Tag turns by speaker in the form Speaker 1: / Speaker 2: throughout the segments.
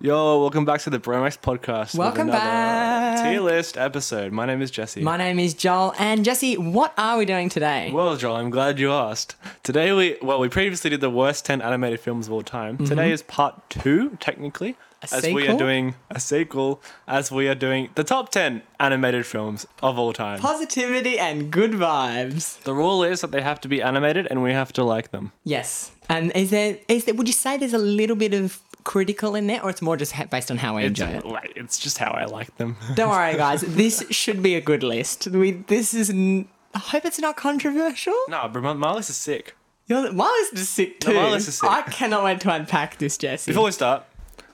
Speaker 1: Yo, welcome back to the Bromax podcast. with
Speaker 2: Welcome
Speaker 1: another
Speaker 2: back.
Speaker 1: Tier list episode. My name is Jesse.
Speaker 2: My name is Joel, and Jesse, what are we doing today?
Speaker 1: well, Joel, I'm glad you asked. Today we well, we previously did the worst ten animated films of all time. Today is part two, technically,
Speaker 2: Mm-hmm. A
Speaker 1: as we are
Speaker 2: sequel?
Speaker 1: doing a sequel, as we are doing the top ten animated films of all time.
Speaker 2: Positivity and good vibes.
Speaker 1: the rule is that they have to be animated, and we have to like them.
Speaker 2: Yes. And is there is there would you say there's a little bit of critical in there or it's more just ha- based on how I enjoy it?
Speaker 1: Like, It's just how I like them.
Speaker 2: Don't worry guys, this should be a good list. We this is n- I hope it's not controversial.
Speaker 1: no, but my, my list is sick.
Speaker 2: Your, my list is sick
Speaker 1: No,
Speaker 2: too.
Speaker 1: my list is sick.
Speaker 2: I cannot wait to unpack this, Jesse.
Speaker 1: Before we start,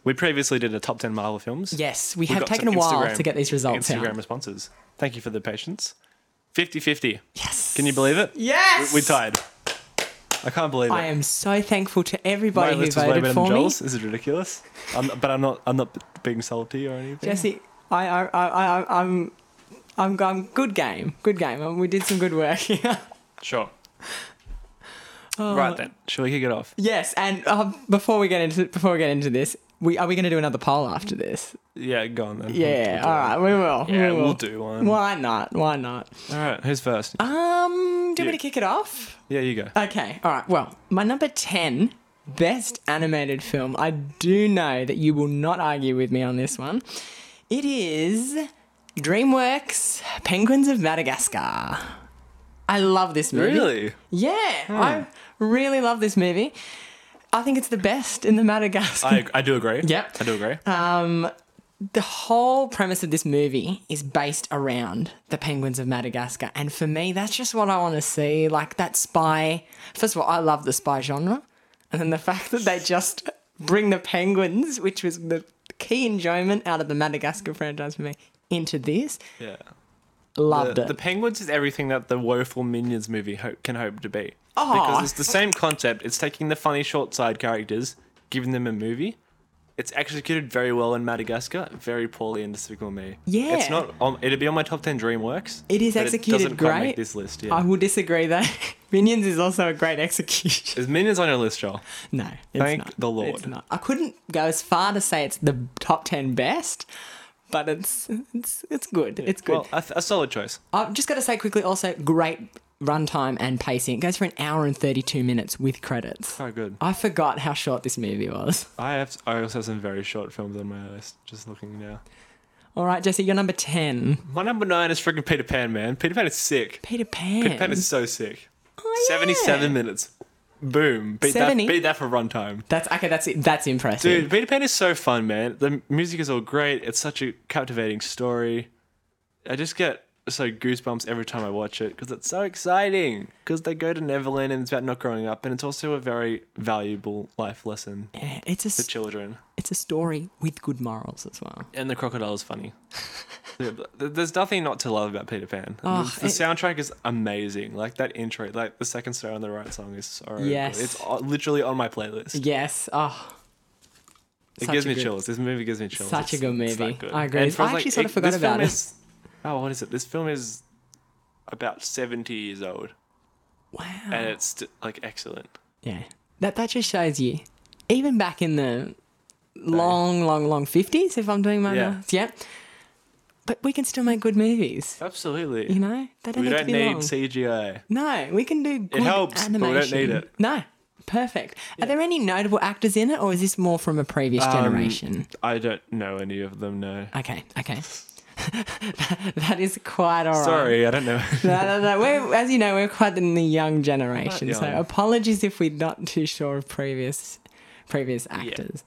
Speaker 1: we previously did a top ten Marvel films.
Speaker 2: yes, we,
Speaker 1: We've
Speaker 2: have
Speaker 1: got
Speaker 2: taken a
Speaker 1: some
Speaker 2: while
Speaker 1: Instagram-
Speaker 2: to get these results
Speaker 1: Instagram
Speaker 2: out.
Speaker 1: responses. Thank you for the patience. 50 50.
Speaker 2: Yes.
Speaker 1: Can you believe it?
Speaker 2: Yes.
Speaker 1: We tied. I can't believe it.
Speaker 2: I am so thankful to
Speaker 1: My
Speaker 2: everybody who
Speaker 1: list was way better
Speaker 2: voted
Speaker 1: than
Speaker 2: for me.
Speaker 1: Joel's. Is it ridiculous? I'm not, but I'm not. I'm not being salty or anything.
Speaker 2: Jesse, I, I, I, I, I'm, I'm, I'm good game, good game. Um, We did some good work here. Oh.
Speaker 1: Sure.
Speaker 2: Uh,
Speaker 1: right then. Shall we kick it off?
Speaker 2: yes, and uh, before we get into before we get into this, we are we going to do another poll after this?
Speaker 1: Yeah, go on then.
Speaker 2: Yeah, all right, Mm, we will.
Speaker 1: Yeah,
Speaker 2: we will.
Speaker 1: we'll do one.
Speaker 2: Why not? Why not?
Speaker 1: All right. Who's first?
Speaker 2: Um, do you want me
Speaker 1: You.
Speaker 2: to kick it off?
Speaker 1: Yeah, you go.
Speaker 2: Okay, all right. Well, my number 10 best animated film. I do know that you will not argue with me on this one. It is DreamWorks Penguins of Madagascar. I love this movie.
Speaker 1: Really?
Speaker 2: Yeah, I really love this movie. I think it's the best in the Madagascar.
Speaker 1: I, I do agree.
Speaker 2: Yep.
Speaker 1: I do agree.
Speaker 2: Uh, the whole premise of this movie is based around the penguins of Madagascar. And for me, that's just what I want to see. Like that spy. First of all, I love the spy genre. And then the fact that they just bring the penguins, which was the key enjoyment out of the Madagascar franchise for me, into this.
Speaker 1: yeah.
Speaker 2: Loved
Speaker 1: The,
Speaker 2: it.
Speaker 1: the Penguins is everything that the woeful Minions movie hope, can hope to be.
Speaker 2: Aw.
Speaker 1: Because it's the same concept. It's taking the funny short side characters, giving them a movie. It's executed very well in Madagascar, very poorly in Despicable Me.
Speaker 2: Yeah.
Speaker 1: It's not. On, it'd be on my top ten DreamWorks.
Speaker 2: It is
Speaker 1: but
Speaker 2: executed
Speaker 1: it doesn't quite
Speaker 2: great.
Speaker 1: Make this list. Yeah.
Speaker 2: I will disagree that Minions is also a great execution.
Speaker 1: is Minions on your list, Joel?
Speaker 2: No, it's
Speaker 1: Thank
Speaker 2: not.
Speaker 1: the Lord.
Speaker 2: It's not. I couldn't go as far to say it's the top ten best, but it's it's it's good. It's good.
Speaker 1: Well, a, a solid choice.
Speaker 2: I've just got to say quickly also, great runtime and pacing. It goes for an hour and 32 minutes with credits.
Speaker 1: Oh, good.
Speaker 2: I forgot how short this movie was.
Speaker 1: I have. I also have some very short films on my list. Just looking now.
Speaker 2: All right, Jesse, you're number 10.
Speaker 1: My number nine is freaking Peter Pan, man. Peter Pan is sick.
Speaker 2: Peter Pan.
Speaker 1: Peter Pan is so sick.
Speaker 2: Oh, yeah.
Speaker 1: 77 minutes. Boom. Beat,
Speaker 2: Seventy?
Speaker 1: That, beat that for runtime.
Speaker 2: That's okay, that's it. That's impressive.
Speaker 1: Dude, Peter Pan is so fun, man. The music is all great. It's such a captivating story. I just get so goosebumps every time I watch it because it's so exciting. Because they go to Neverland and it's about not growing up, and it's also a very valuable life lesson
Speaker 2: Yeah, it's a
Speaker 1: to
Speaker 2: s-
Speaker 1: children.
Speaker 2: it's a story with good morals as well.
Speaker 1: And the crocodile is funny. Yeah, but th- There's nothing not to love about Peter Pan.
Speaker 2: Oh,
Speaker 1: the the
Speaker 2: it-
Speaker 1: soundtrack is amazing. Like that intro, like the second Star on the Right song is so good.
Speaker 2: Yes.
Speaker 1: It's o- literally on my playlist.
Speaker 2: Yes. Oh,
Speaker 1: It
Speaker 2: Such
Speaker 1: gives
Speaker 2: a
Speaker 1: me
Speaker 2: good-
Speaker 1: chills. This movie gives me chills.
Speaker 2: such a
Speaker 1: It's-
Speaker 2: good
Speaker 1: it's that
Speaker 2: movie. I agree.
Speaker 1: And for
Speaker 2: I
Speaker 1: us,
Speaker 2: actually sort of forgot
Speaker 1: this
Speaker 2: about
Speaker 1: film
Speaker 2: it.
Speaker 1: is- oh, what is it? This film is about 70 years old
Speaker 2: wow.
Speaker 1: and it's st- like excellent.
Speaker 2: Yeah. That that just shows you, even back in the long, long, long fifties, if I'm doing my
Speaker 1: Yeah.
Speaker 2: maths, yeah. But we can still make good movies.
Speaker 1: Absolutely.
Speaker 2: You know? They don't
Speaker 1: we
Speaker 2: have
Speaker 1: don't
Speaker 2: to be
Speaker 1: need
Speaker 2: long.
Speaker 1: CGI.
Speaker 2: no, we can do good
Speaker 1: helps, but we don't
Speaker 2: animation.
Speaker 1: need it.
Speaker 2: No. Perfect. Are there any notable actors in it or is this more from a previous
Speaker 1: Um,
Speaker 2: generation?
Speaker 1: I don't know any of them, no.
Speaker 2: Okay, okay. that is quite all right.
Speaker 1: Sorry, I don't know.
Speaker 2: No, no, no. We're, as you know, we're quite in the young generation,
Speaker 1: Quite young.
Speaker 2: so apologies if we're not too sure of previous previous actors.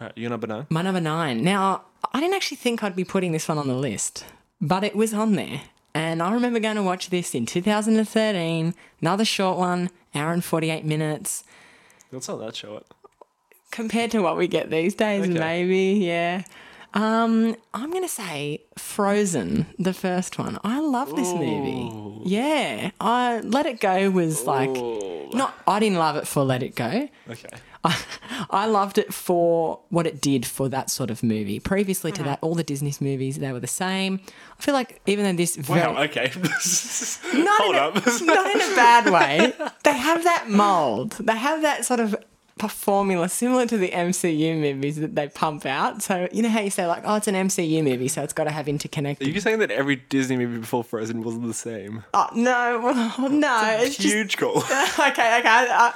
Speaker 1: All right, you're number nine.
Speaker 2: My number nine. Now, I didn't actually think I'd be putting this one on the list, but it was on there. And I remember going to watch this in 2013, another short one, hour and 48 minutes,
Speaker 1: That's not that short.
Speaker 2: compared to what we get these days,
Speaker 1: Okay.
Speaker 2: maybe, yeah. Um, I'm going to say Frozen, the first one. I love this movie. Yeah. I, Let It Go was like, not, I didn't love it for Let It Go.
Speaker 1: Okay.
Speaker 2: I, I loved it for what it did for that sort of movie. Previously to that, all the Disney movies they were the same. I feel like even though this very,
Speaker 1: Wow, okay.
Speaker 2: not
Speaker 1: Hold
Speaker 2: in
Speaker 1: up.
Speaker 2: a, not in a bad way, they have that mold. They have that sort of p- formula similar to the MCU movies that they pump out. So you know how you say like, oh, it's an MCU movie, so it's got to have
Speaker 1: Are
Speaker 2: interconnected.
Speaker 1: you saying that every Disney movie before Frozen wasn't the same?
Speaker 2: oh no, no, it's just
Speaker 1: Huge call.
Speaker 2: okay, okay. I,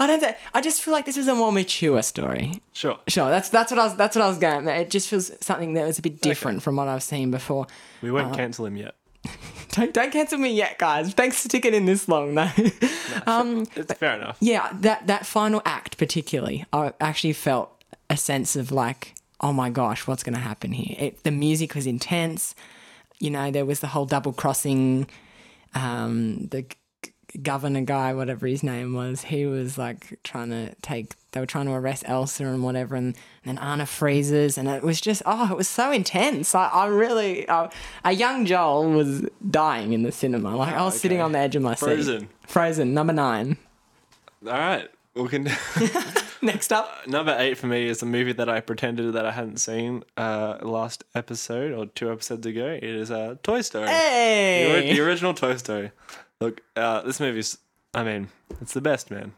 Speaker 2: I, I don't think. I just feel like this is a more mature story.
Speaker 1: sure.
Speaker 2: Sure, that's that's what I was that's what I was going. at. It just feels something that was a bit different from what I've seen before.
Speaker 1: We
Speaker 2: Uh-huh.
Speaker 1: won't cancel him yet.
Speaker 2: Don't don't cancel me yet, guys. Thanks for sticking in this long though. um,
Speaker 1: It's fair enough.
Speaker 2: yeah, that that final act particularly, I actually felt a sense of like, oh my gosh, what's going to happen here? It, the music was intense. You know, there was the whole double crossing. Um, the g- g- governor guy, whatever his name was, he was like trying to take. They were trying to arrest Elsa and whatever, and, and then Anna freezes, and it was just oh, it was so intense. I, I really, I, a young Joel was dying in the cinema. Like I was sitting
Speaker 1: Oh, okay.
Speaker 2: on the edge of my seat.
Speaker 1: Frozen.
Speaker 2: Frozen, number nine.
Speaker 1: All right. We can.
Speaker 2: Next up.
Speaker 1: Number eight for me is a movie that I pretended that I hadn't seen uh, last episode or two episodes ago. It is uh, Toy Story. The ori-
Speaker 2: Hey,
Speaker 1: The original Toy Story. Look, uh, this movie's, I mean, it's the best, man.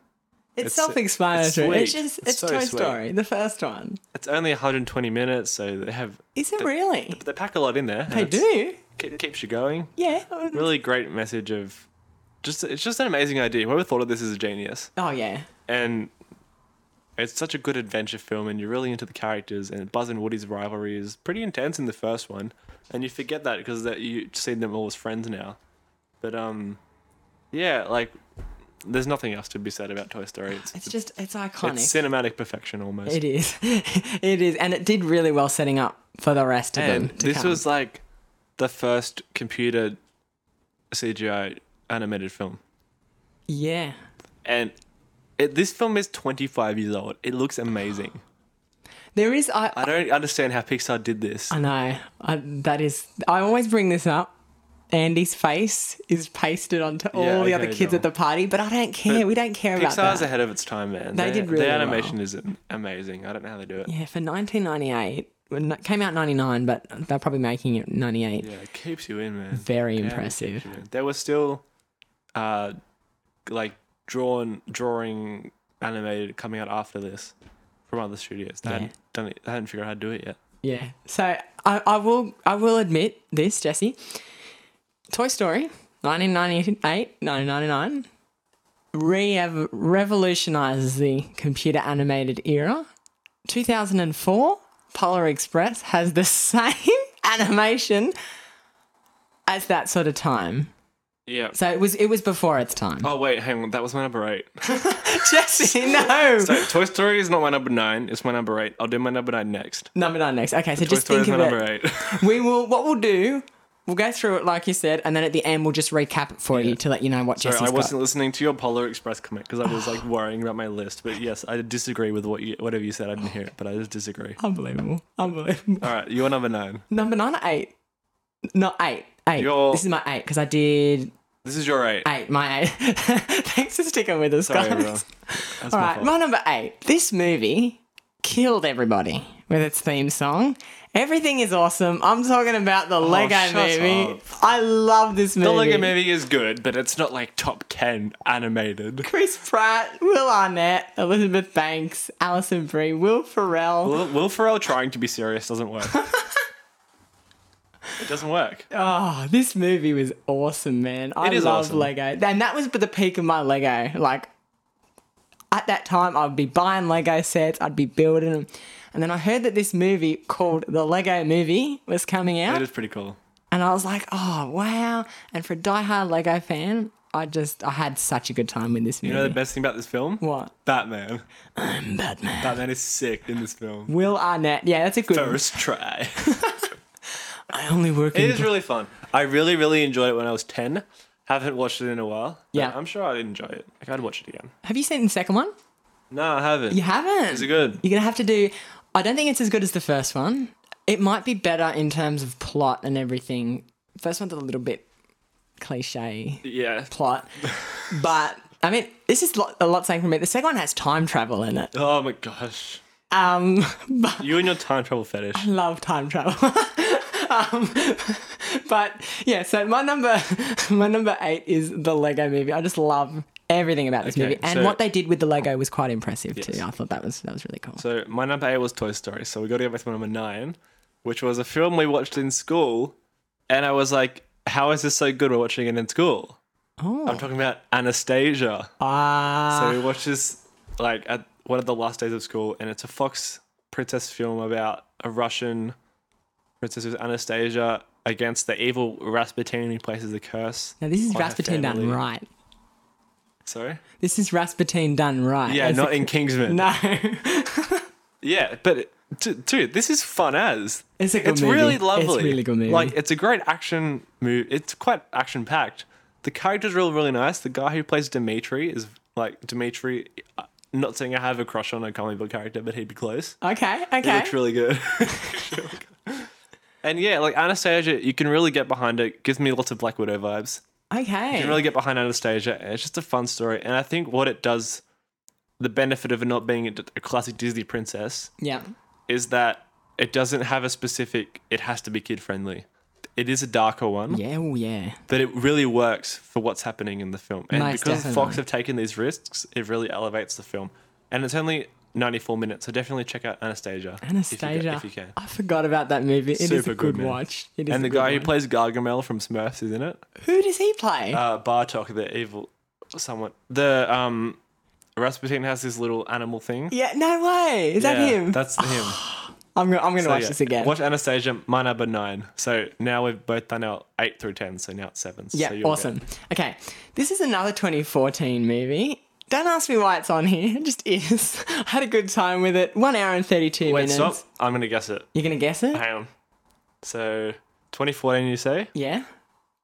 Speaker 2: it's,
Speaker 1: it's-
Speaker 2: self-explanatory.
Speaker 1: it's
Speaker 2: It's,
Speaker 1: sweet.
Speaker 2: just
Speaker 1: It's
Speaker 2: it's,
Speaker 1: so
Speaker 2: Toy
Speaker 1: sweet.
Speaker 2: Story, the first one.
Speaker 1: It's only 120 minutes, so they have,
Speaker 2: Is it really?
Speaker 1: they pack a lot in there. and
Speaker 2: They
Speaker 1: it's-
Speaker 2: do.
Speaker 1: ke- keeps you going.
Speaker 2: Yeah.
Speaker 1: Really great message of just, it's just an amazing idea. Whoever thought of this is a genius.
Speaker 2: Oh yeah.
Speaker 1: And it's such a good adventure film, and you're really into the characters. And Buzz and Woody's rivalry is pretty intense in the first one, and you forget that because that you see them all as friends now. But um, yeah, like there's nothing else to be said about Toy Story. It's,
Speaker 2: It's just it's iconic.
Speaker 1: it's cinematic perfection almost.
Speaker 2: It is. it is, and it did really well setting up for the rest of
Speaker 1: and
Speaker 2: them. To
Speaker 1: this
Speaker 2: come.
Speaker 1: was like the first computer CGI animated film,
Speaker 2: yeah.
Speaker 1: and it, this film is 25 years old. It looks amazing.
Speaker 2: There is I
Speaker 1: I don't understand how Pixar did this.
Speaker 2: I know. I, that is. I always bring this up. Andy's face is pasted onto all
Speaker 1: Yeah,
Speaker 2: the other
Speaker 1: okay,
Speaker 2: kids
Speaker 1: Joel.
Speaker 2: at the party, but I don't care. we don't care about that.
Speaker 1: Pixar's ahead of its time, man.
Speaker 2: They
Speaker 1: Their-
Speaker 2: did really
Speaker 1: Their
Speaker 2: well.
Speaker 1: animation is amazing. I don't know how they do it. Yeah,
Speaker 2: Yeah, for 1998, when it came out 99, but they're probably making it 98.
Speaker 1: it keeps you in, man.
Speaker 2: Very
Speaker 1: Yeah, it
Speaker 2: impressive.
Speaker 1: keeps you in. There were still, uh, like drawn drawing animated coming out after this from other studios. They
Speaker 2: Yeah.
Speaker 1: hadn't done it. They hadn't figured out how to do it yet.
Speaker 2: Yeah. So I, I will I will admit this, Jesse. Toy Story, 1998, 1999, re- revolutionizes the computer animated era. 2004, Polar Express has the same animation as that sort of time.
Speaker 1: Yeah.
Speaker 2: So it was it was before its time.
Speaker 1: Oh wait, hang on. That was my number eight.
Speaker 2: Jesse, no.
Speaker 1: So Toy Story is not my number nine. It's my number eight. I'll do my number nine next.
Speaker 2: number nine next. Okay, so
Speaker 1: Toy
Speaker 2: just
Speaker 1: Story
Speaker 2: think
Speaker 1: is my
Speaker 2: of it.
Speaker 1: number eight.
Speaker 2: we will what we'll do we'll go through it like you said and then at the end we'll just recap it for you to let you know what
Speaker 1: Sorry,
Speaker 2: Jesse's
Speaker 1: I
Speaker 2: got
Speaker 1: wasn't listening to your Polar Express comment because I was like worrying about my list. But yes, I disagree with what you, whatever you said. I didn't hear it, but I just disagree.
Speaker 2: unbelievable unbelievable
Speaker 1: All right, you're number nine.
Speaker 2: number nine or eight not eight eight
Speaker 1: Your-
Speaker 2: this is my eight because I did
Speaker 1: This is your eight.
Speaker 2: eight my eight thanks for sticking with us
Speaker 1: Sorry,
Speaker 2: guys
Speaker 1: everyone. That's
Speaker 2: all
Speaker 1: my
Speaker 2: right
Speaker 1: fault.
Speaker 2: my number eight this movie killed everybody with its theme song everything is awesome I'm talking about the Lego
Speaker 1: Oh, shut
Speaker 2: movie
Speaker 1: up.
Speaker 2: I love this movie
Speaker 1: The Lego movie is good, but it's not like top 10 animated.
Speaker 2: Chris Pratt, Will Arnett, Elizabeth Banks, Alison Brie, Will Ferrell.
Speaker 1: Will, Will Ferrell trying to be serious doesn't work. it doesn't work.
Speaker 2: Oh, this movie was awesome, man. I
Speaker 1: It is
Speaker 2: love
Speaker 1: awesome.
Speaker 2: Lego. And that was the peak of my Lego. Like, at that time, I'd be buying Lego sets, I'd be building them. And then I heard that this movie called The Lego Movie was coming out.
Speaker 1: It is pretty cool.
Speaker 2: And I was like, oh, wow. And for a diehard Lego fan, I just, I had such a good time with this movie.
Speaker 1: You know the best thing about this film?
Speaker 2: what?
Speaker 1: Batman.
Speaker 2: Batman.
Speaker 1: Batman is sick in this film.
Speaker 2: Will Arnett. Yeah, that's a good one.
Speaker 1: First try.
Speaker 2: I only work
Speaker 1: It
Speaker 2: in
Speaker 1: is really fun. I really, really enjoyed it when I was 10. Haven't watched it in a while. but
Speaker 2: Yeah.
Speaker 1: I'm sure I'd enjoy it. Like, I'd watch it again.
Speaker 2: Have you seen the second one?
Speaker 1: No, I haven't.
Speaker 2: You haven't.
Speaker 1: Is it good?
Speaker 2: You're gonna have to do. I don't think it's as good as the first one. It might be better in terms of plot and everything. First one's a little bit cliche
Speaker 1: Yeah.
Speaker 2: plot, but I mean, this is lo- a lot saying for me. The second one has time travel in it.
Speaker 1: Oh my gosh.
Speaker 2: Um, but
Speaker 1: You and your time travel fetish.
Speaker 2: love time travel. um, but yeah, so my number my number eight is the Lego Movie. I just love Everything about this
Speaker 1: Okay,
Speaker 2: movie and
Speaker 1: so-
Speaker 2: what they did with the Lego was quite impressive
Speaker 1: Yes.
Speaker 2: too. I thought that was that was really cool.
Speaker 1: So my number eight was Toy Story. So we got to go back to my number nine, which was a film we watched in school, and I was like, "How is this so good? We're watching it in school."
Speaker 2: oh,
Speaker 1: I'm talking about Anastasia.
Speaker 2: ah,
Speaker 1: So we watched this like at one of the last days of school, and it's a Fox princess film about a Russian princess who's Anastasia against the evil Rasputin who places the curse.
Speaker 2: now this is
Speaker 1: on her
Speaker 2: Rasputin done
Speaker 1: family.
Speaker 2: right.
Speaker 1: Sorry.
Speaker 2: This is Rasputin done right.
Speaker 1: Yeah,
Speaker 2: As
Speaker 1: not in Kingsman.
Speaker 2: a, no.
Speaker 1: Yeah, but it- d- dude, this is fun as.
Speaker 2: It's a good
Speaker 1: It's
Speaker 2: movie.
Speaker 1: really
Speaker 2: It's
Speaker 1: lovely.
Speaker 2: really good movie.
Speaker 1: Like it's a great action movie. It's quite action packed. The characters are all really nice. The guy who plays Dimitri is like Dimitri. uh, Not saying I have a crush on a comic book character, but he'd be close.
Speaker 2: okay,
Speaker 1: He
Speaker 2: okay.
Speaker 1: looks really good. and yeah, like Anastasia, you can really get behind it. Gives me lots of Black Widow vibes.
Speaker 2: okay.
Speaker 1: You can really get behind Anastasia. and It's just a fun story, and I think what it does, the benefit of it not being a, d- a classic Disney princess,
Speaker 2: yeah.
Speaker 1: is that it doesn't have a specific. It has to be kid friendly. It is a darker one,
Speaker 2: Yeah, oh yeah.
Speaker 1: but it really works for what's happening in the film. And
Speaker 2: Most
Speaker 1: because Fox
Speaker 2: definitely.
Speaker 1: have taken these risks, it really elevates the film. And it's only 94 minutes, so definitely check out Anastasia. if you go-
Speaker 2: Anastasia.
Speaker 1: if you can.
Speaker 2: I forgot about that movie. It is
Speaker 1: Super
Speaker 2: a
Speaker 1: good
Speaker 2: good,
Speaker 1: movie.
Speaker 2: watch. It is
Speaker 1: And
Speaker 2: a
Speaker 1: the
Speaker 2: good
Speaker 1: guy who
Speaker 2: one.
Speaker 1: plays Gargamel from Smurfs is in it.
Speaker 2: Who does he play?
Speaker 1: Uh, Bartok, the evil, someone. The um, Rasputin has this little animal thing.
Speaker 2: yeah, no way. Is
Speaker 1: Yeah,
Speaker 2: that him?
Speaker 1: That's him.
Speaker 2: I'm gonna I'm gonna
Speaker 1: So,
Speaker 2: watch
Speaker 1: yeah,
Speaker 2: this again.
Speaker 1: Watch Anastasia, my number nine. So now we've both done our eight through ten. So now it's sevens.
Speaker 2: yeah,
Speaker 1: so you'll get-
Speaker 2: awesome. Okay, this is another 2014 movie. Don't ask me why it's on here. It just is. I had a good time with it. One hour and 32
Speaker 1: Wait,
Speaker 2: minutes.
Speaker 1: stop. I'm gonna guess it.
Speaker 2: You're gonna guess it?
Speaker 1: Hang on. So 2014, you say?
Speaker 2: Yeah.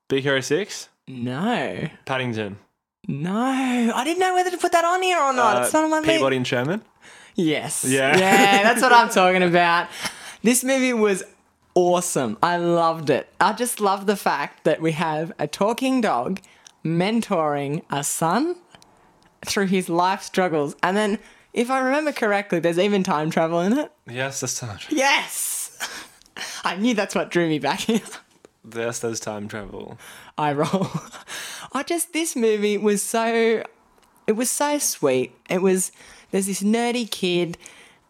Speaker 1: Big Hero Six,
Speaker 2: No.
Speaker 1: Paddington.
Speaker 2: No. I didn't know whether to put that on here or not. it's Oh, not on my
Speaker 1: Uh,
Speaker 2: list.
Speaker 1: Peabody and Sherman.
Speaker 2: Yes.
Speaker 1: Yeah.
Speaker 2: Yeah, that's what I'm talking about. This movie was awesome. I loved it. I just love the fact that we have a talking dog mentoring a son through his life struggles. And then, if I remember correctly, there's even time travel in it.
Speaker 1: Yes, there's time. travel.
Speaker 2: Yes. I knew that's what drew me back here.
Speaker 1: Yes, there's time travel.
Speaker 2: I roll. I just this movie was so it was so sweet. It was there's this nerdy kid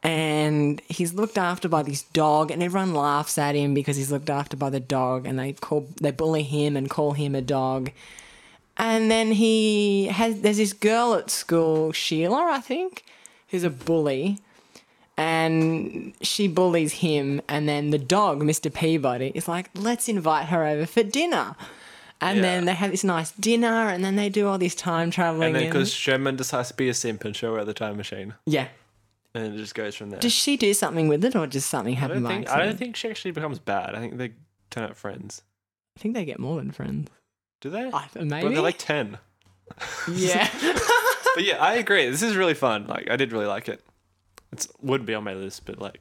Speaker 2: and he's looked after by this dog and everyone laughs at him because he's looked after by the dog and they call they bully him and call him a dog. And then he has there's this girl at school, Sheila, I think, who's a bully and she bullies him and then the dog mr peabody is like let's invite her over for dinner and
Speaker 1: Yeah.
Speaker 2: then they have this nice dinner and then they do all this time traveling
Speaker 1: And then because Sherman decides to be a simp and show her the time machine,
Speaker 2: yeah
Speaker 1: and it just goes from there.
Speaker 2: does she do something with it or just something
Speaker 1: I
Speaker 2: happen
Speaker 1: don't
Speaker 2: by
Speaker 1: think I
Speaker 2: accident?
Speaker 1: don't think she actually becomes bad. I think they turn out friends.
Speaker 2: I think they get more than friends
Speaker 1: Do they?
Speaker 2: I, maybe
Speaker 1: But they're like ten.
Speaker 2: yeah
Speaker 1: But yeah, I agree. This is really fun. Like I did really like it. It wouldn't be on my list, but like,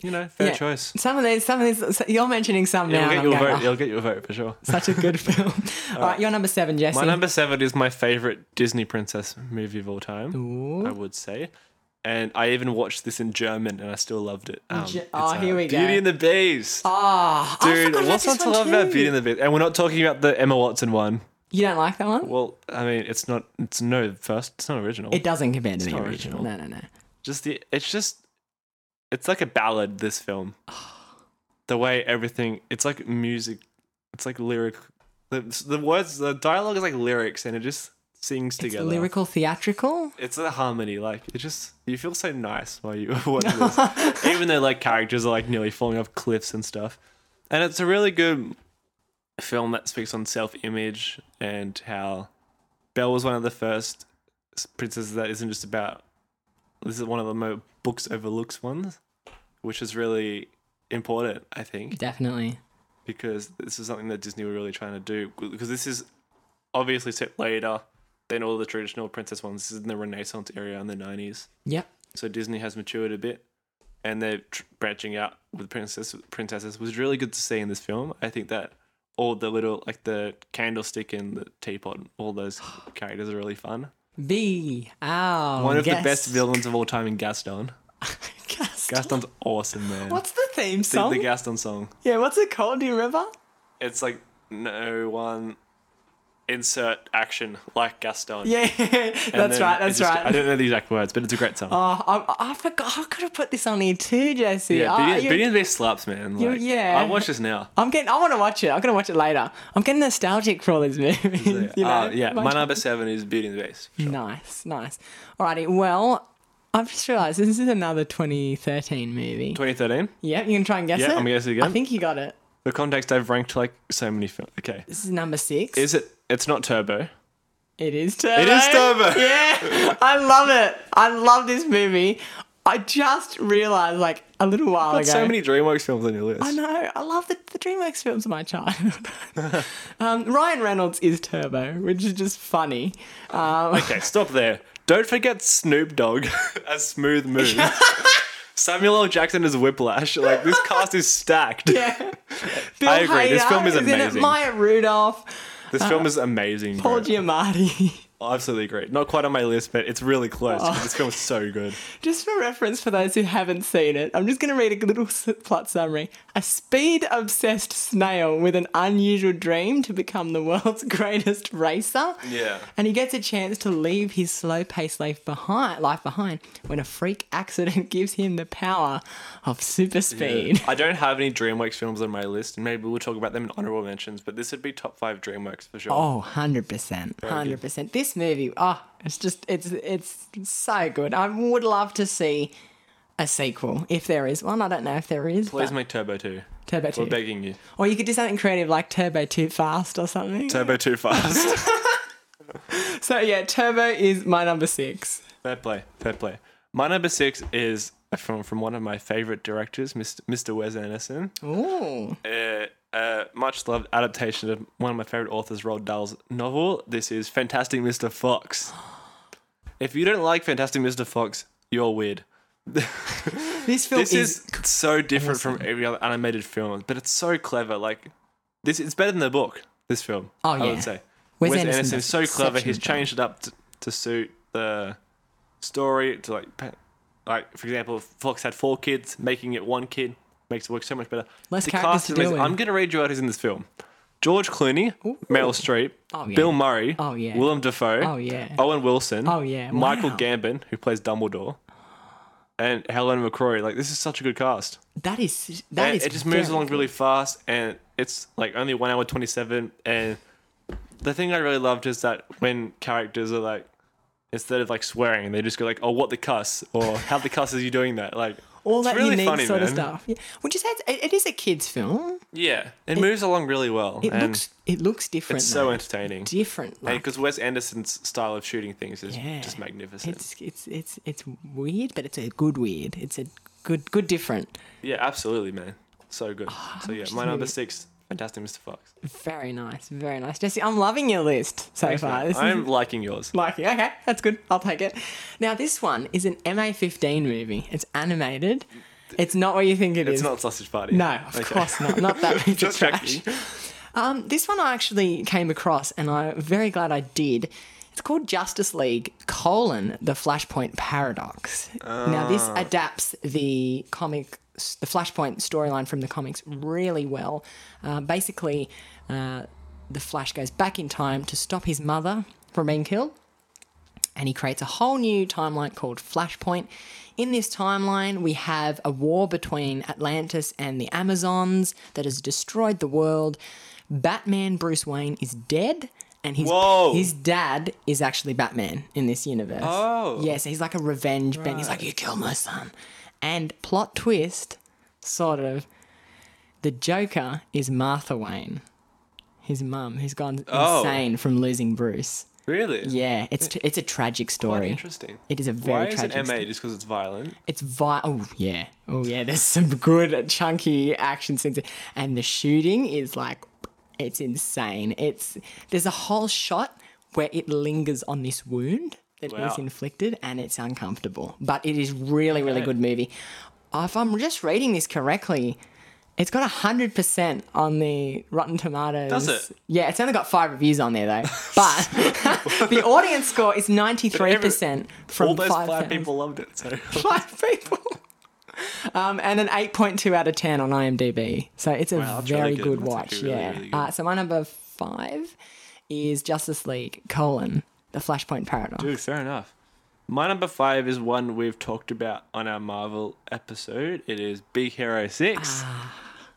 Speaker 1: you know, fair
Speaker 2: Yeah.
Speaker 1: choice.
Speaker 2: some of these some of these so- you're mentioning some
Speaker 1: It'll
Speaker 2: now and
Speaker 1: get
Speaker 2: I'm
Speaker 1: you a
Speaker 2: going,
Speaker 1: vote.
Speaker 2: "Oh,
Speaker 1: It'll get you a vote for sure.
Speaker 2: such a good film all right your number seven jesse
Speaker 1: My number seven is my favorite Disney princess movie of all time. I would say. And I even watched this in German, and I still loved it. Um,
Speaker 2: Ge-
Speaker 1: it's,
Speaker 2: oh, here we go.
Speaker 1: Beauty and the Beast.
Speaker 2: Ah, I
Speaker 1: Dude,
Speaker 2: forgot about
Speaker 1: what's
Speaker 2: this
Speaker 1: not to
Speaker 2: one
Speaker 1: love about
Speaker 2: too.
Speaker 1: Beauty and the Beast? And we're not talking about the Emma Watson one.
Speaker 2: you don't like that one
Speaker 1: Well, I mean, it's not. It's no first. It's not original.
Speaker 2: it doesn't compare to the
Speaker 1: not
Speaker 2: original.
Speaker 1: original.
Speaker 2: no no no
Speaker 1: just the. It's just. It's like a ballad. This film. The way everything. It's like music. It's like lyric. The, the words. The dialogue is like lyrics, and it just sings
Speaker 2: It's
Speaker 1: together.
Speaker 2: lyrical theatrical.
Speaker 1: It's a harmony. Like it just. You feel so nice while you watch this. Even though like characters are like nearly falling off cliffs and stuff, and it's a really good film that speaks on self-image and how Belle was one of the first princesses that isn't just about. This is one of the mo books overlooks ones, which is really important, I think,
Speaker 2: Definitely.
Speaker 1: because this is something that Disney were really trying to do. Because this is obviously set later than all the traditional princess ones. This is in the Renaissance era in the nineties,
Speaker 2: Yep.
Speaker 1: so Disney has matured a bit, and they're tr- branching out with princess princesses, which is really good to see in this film. I think that all the little like the candlestick and the teapot, all those characters are really fun.
Speaker 2: B. Ow.
Speaker 1: One of the best villains of all time in Gaston. Gaston's awesome, man.
Speaker 2: What's the theme
Speaker 1: the,
Speaker 2: song?
Speaker 1: the Gaston song?
Speaker 2: yeah, what's it called? Do you remember?
Speaker 1: It's like no one. insert action like Gaston.
Speaker 2: Yeah,
Speaker 1: And
Speaker 2: that's
Speaker 1: then
Speaker 2: right.
Speaker 1: it
Speaker 2: That's
Speaker 1: just-
Speaker 2: right.
Speaker 1: I don't know the exact words, but it's a great song.
Speaker 2: Oh, I, I forgot. I could have put this on here too, Jesse.
Speaker 1: yeah,
Speaker 2: Oh,
Speaker 1: Beauty,
Speaker 2: you-
Speaker 1: Beauty and the Beast slaps, man.
Speaker 2: you-
Speaker 1: Like,
Speaker 2: yeah.
Speaker 1: I watch this now.
Speaker 2: I'm getting. I want to watch it. I'm gonna watch it later. I'm getting nostalgic for all these movies.
Speaker 1: Yeah,
Speaker 2: You know? Mm.
Speaker 1: uh, yeah. my
Speaker 2: Bunch-
Speaker 1: number seven is Beauty and the Beast.
Speaker 2: Nice, nice. Alrighty. Well, I've just realised this is another 2013 movie.
Speaker 1: 2013.
Speaker 2: Yeah, you can try and guess
Speaker 1: Yeah,
Speaker 2: it.
Speaker 1: I'm gonna guess it again.
Speaker 2: I think you got it.
Speaker 1: The context I've ranked like so many films. Okay,
Speaker 2: This is number six.
Speaker 1: is it? It's not Turbo.
Speaker 2: it is Turbo.
Speaker 1: It is Turbo.
Speaker 2: Yeah, I love it. I love this movie. I just realised like a little while
Speaker 1: Got
Speaker 2: ago.
Speaker 1: so many DreamWorks films on your list.
Speaker 2: I know. I love the, the DreamWorks films of my childhood. um, Ryan Reynolds is Turbo, which is just funny. Um,
Speaker 1: Okay, stop there. Don't forget Snoop Dogg as Smooth Moon. Samuel L. Jackson as Whiplash. Like this cast is stacked.
Speaker 2: yeah. Bill
Speaker 1: I agree, this film is
Speaker 2: in it,
Speaker 1: amazing.
Speaker 2: Maya Rudolph,
Speaker 1: This film is amazing.
Speaker 2: Paul
Speaker 1: bro.
Speaker 2: Giamatti.
Speaker 1: I absolutely agree. Not quite on my list, but it's really close. 'cause This film is so good.
Speaker 2: Just for reference for those who haven't seen it, I'm just going to read a little s- plot summary. A speed obsessed snail with an unusual dream to become the world's greatest racer.
Speaker 1: Yeah.
Speaker 2: And he gets a chance to leave his slow paced life behind, life behind when a freak accident gives him the power of super speed.
Speaker 1: I don't have any DreamWorks films on my list, and maybe we'll talk about them in honorable mentions. But this would be top five DreamWorks for sure.
Speaker 2: Oh, 100%. 100%. This movie, oh, it's just, it's, it's so good. I would love to see a sequel if there is one. I don't know if there is.
Speaker 1: Please
Speaker 2: but-
Speaker 1: make Turbo Two.
Speaker 2: Turbo 2.
Speaker 1: We're begging you.
Speaker 2: Or you could do something creative like Turbo Too Fast or something.
Speaker 1: Turbo Two fast.
Speaker 2: so yeah, Turbo is my number six.
Speaker 1: fair play. Fair play. My number six is a film from one of my favorite directors, Mr. Mr. Wes Anderson.
Speaker 2: Ooh.
Speaker 1: uh, uh, much loved adaptation of one of my favorite authors, Roald Dahl's novel. This is Fantastic Mr. Fox. If you don't like Fantastic Mr. Fox, you're weird.
Speaker 2: This film
Speaker 1: This
Speaker 2: is,
Speaker 1: is so different from every other animated film, but it's so clever. Like this, it's better than the book. This film,
Speaker 2: Oh,
Speaker 1: I
Speaker 2: yeah.
Speaker 1: would say.
Speaker 2: Wes
Speaker 1: Wes,
Speaker 2: Anderson
Speaker 1: Anderson,
Speaker 2: does
Speaker 1: is so clever. He's
Speaker 2: exceptional job.
Speaker 1: changed it up to, to suit the story. To like, pa- like for example, Fox had four kids, making it one kid makes it work so much better.
Speaker 2: Less
Speaker 1: The
Speaker 2: characters
Speaker 1: cast
Speaker 2: to
Speaker 1: is
Speaker 2: deal
Speaker 1: amazing.
Speaker 2: with.
Speaker 1: I'm going to read you out who's in this film: George Clooney, Meryl Streep,
Speaker 2: Oh, yeah.
Speaker 1: Bill Murray,
Speaker 2: Oh, yeah.
Speaker 1: Willem Dafoe,
Speaker 2: Oh, yeah.
Speaker 1: Owen Wilson,
Speaker 2: Oh, yeah.
Speaker 1: Michael
Speaker 2: Wow.
Speaker 1: Gambon, who plays Dumbledore. And Helen McCrory, like this is such a good cast
Speaker 2: that is that
Speaker 1: and
Speaker 2: is
Speaker 1: it just moves
Speaker 2: very
Speaker 1: along
Speaker 2: good.
Speaker 1: really fast and it's like only one hour 27 and the thing i really loved is that when characters are like instead of like swearing they just go like oh what the cuss or how the cuss is you doing that like
Speaker 2: all
Speaker 1: it's
Speaker 2: that
Speaker 1: really
Speaker 2: unique
Speaker 1: funny,
Speaker 2: sort of
Speaker 1: man.
Speaker 2: stuff. Yeah. Would you say it's, it, it is a kids' film?
Speaker 1: yeah it, moves along really well
Speaker 2: It
Speaker 1: and
Speaker 2: looks it looks different.
Speaker 1: it's
Speaker 2: though.
Speaker 1: so entertaining
Speaker 2: different. Like,
Speaker 1: because wes anderson's style of shooting things is
Speaker 2: Yeah.
Speaker 1: just magnificent
Speaker 2: it's it's it's it's weird, but it's a good weird. It's a good good different.
Speaker 1: yeah absolutely man so good
Speaker 2: Ah,
Speaker 1: so yeah my number
Speaker 2: movie.
Speaker 1: six fantastic mr fox
Speaker 2: Very nice, very nice, Jesse. I'm loving your list so far. This is
Speaker 1: i'm liking yours
Speaker 2: Liking. Okay, that's good. I'll take it. Now, this one is an MA15 movie. It's animated. It's not what you think it
Speaker 1: it's
Speaker 2: is.
Speaker 1: not sausage party
Speaker 2: No, of
Speaker 1: Okay.
Speaker 2: course not. Not that piece of
Speaker 1: Just
Speaker 2: trash.
Speaker 1: checking.
Speaker 2: Um, this one I actually came across, and I'm very glad I did. It's called Justice League: colon the Flashpoint Paradox. Now, this
Speaker 1: Ah.
Speaker 2: adapts the comic, the Flashpoint storyline from the comics really well. Uh, basically, uh, the Flash goes back in time to stop his mother from being killed and he creates a whole new timeline called Flashpoint. In this timeline, we have a war between Atlantis and the Amazons that has destroyed the world. Batman Bruce Wayne is dead, and his
Speaker 1: Whoa.
Speaker 2: his dad is actually Batman in this universe.
Speaker 1: Oh.
Speaker 2: yes, he's like a revenge Ben. He's like, you killed my son, and plot twist, sort of. The Joker is Martha Wayne, his mum, who's gone
Speaker 1: Oh.
Speaker 2: insane from losing Bruce.
Speaker 1: Really?
Speaker 2: Yeah, it's t- it's a tragic story.
Speaker 1: Interesting.
Speaker 2: It is a
Speaker 1: Why
Speaker 2: very
Speaker 1: is
Speaker 2: tragic.
Speaker 1: it MA
Speaker 2: sto-
Speaker 1: just because it's violent?
Speaker 2: It's vi- Oh yeah, oh yeah. There's some good chunky action scenes, and the shooting is like, it's insane. It's there's a whole shot where it lingers on this wound that was
Speaker 1: Wow.
Speaker 2: inflicted, and it's uncomfortable. But it is really really good movie. If I'm just reading this correctly. It's got hundred percent on the Rotten Tomatoes.
Speaker 1: Does it?
Speaker 2: Yeah, it's only got five reviews on there though. But the audience score is ninety three percent from
Speaker 1: All those five,
Speaker 2: 5,000
Speaker 1: people loved it. So
Speaker 2: five people. Um, and an 8.2 out of 10 on IMDb. So it's a
Speaker 1: Wow, that's
Speaker 2: very
Speaker 1: really good.
Speaker 2: good,
Speaker 1: That's
Speaker 2: watch.
Speaker 1: actually really,
Speaker 2: yeah.
Speaker 1: really good.
Speaker 2: Uh, so my number five is Justice League colon the Flashpoint Paradox.
Speaker 1: Dude, fair enough. My number five is one we've talked about on our Marvel episode. It is Big Hero 6.
Speaker 2: Ah.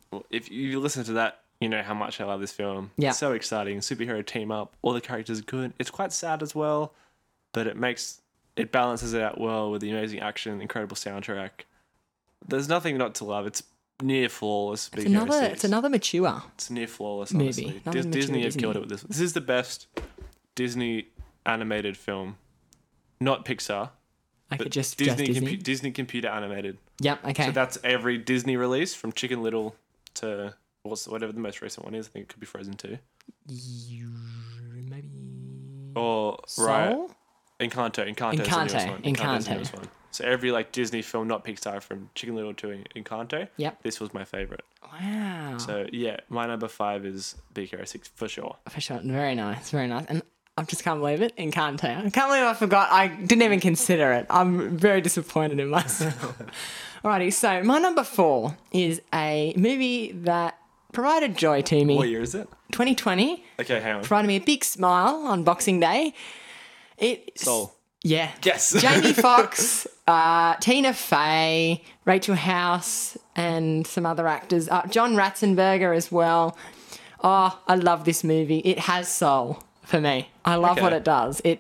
Speaker 1: Well, If you listen to that, you know how much I love this film.
Speaker 2: Yeah.
Speaker 1: It's so exciting. Superhero team up. All the characters are good. It's quite sad as well, but it makes it balances it out well with the amazing action, incredible soundtrack. There's nothing not to love. It's near flawless. Big
Speaker 2: It's
Speaker 1: Hero
Speaker 2: another
Speaker 1: 6.
Speaker 2: it's another mature.
Speaker 1: It's near flawless,
Speaker 2: Movie.
Speaker 1: honestly.
Speaker 2: Not
Speaker 1: Dis-
Speaker 2: even mature
Speaker 1: Disney have
Speaker 2: Disney.
Speaker 1: killed it with this. This is the best Disney animated film, not Pixar,
Speaker 2: I
Speaker 1: but
Speaker 2: could just
Speaker 1: Disney,
Speaker 2: just Disney. Eh.
Speaker 1: compu- Disney computer animated.
Speaker 2: yep. Okay.
Speaker 1: So that's every Disney release from Chicken Little to what's whatever the most recent one is. I think it could be Frozen Two
Speaker 2: You- maybe
Speaker 1: or
Speaker 2: Soul.
Speaker 1: right Encanto. Encanto. Encanto's the newest
Speaker 2: Encanto,
Speaker 1: one. Encanto's the
Speaker 2: Encanto.
Speaker 1: newest one. So every like Disney film, not Pixar, from Chicken Little to Encanto.
Speaker 2: Yep.
Speaker 1: This was my favorite.
Speaker 2: Wow.
Speaker 1: So yeah, my number five is Big Hero Six for sure.
Speaker 2: For sure. Very nice. Very nice. And I just can't believe it. Encanto. I can't believe I forgot. I didn't even consider it. I'm very disappointed in myself. Alrighty. So my number four is a movie that provided joy to me.
Speaker 1: What year is it?
Speaker 2: 2020
Speaker 1: Okay, hang on.
Speaker 2: provided me a big smile on Boxing Day. It
Speaker 1: Soul.
Speaker 2: Yeah.
Speaker 1: Yes.
Speaker 2: Jamie Foxx, uh, Tina Fey, Rachel House, and some other actors. Uh, John Ratzenberger as well. Oh, I love this movie. It has soul for me. I love
Speaker 1: Okay.
Speaker 2: what it does. It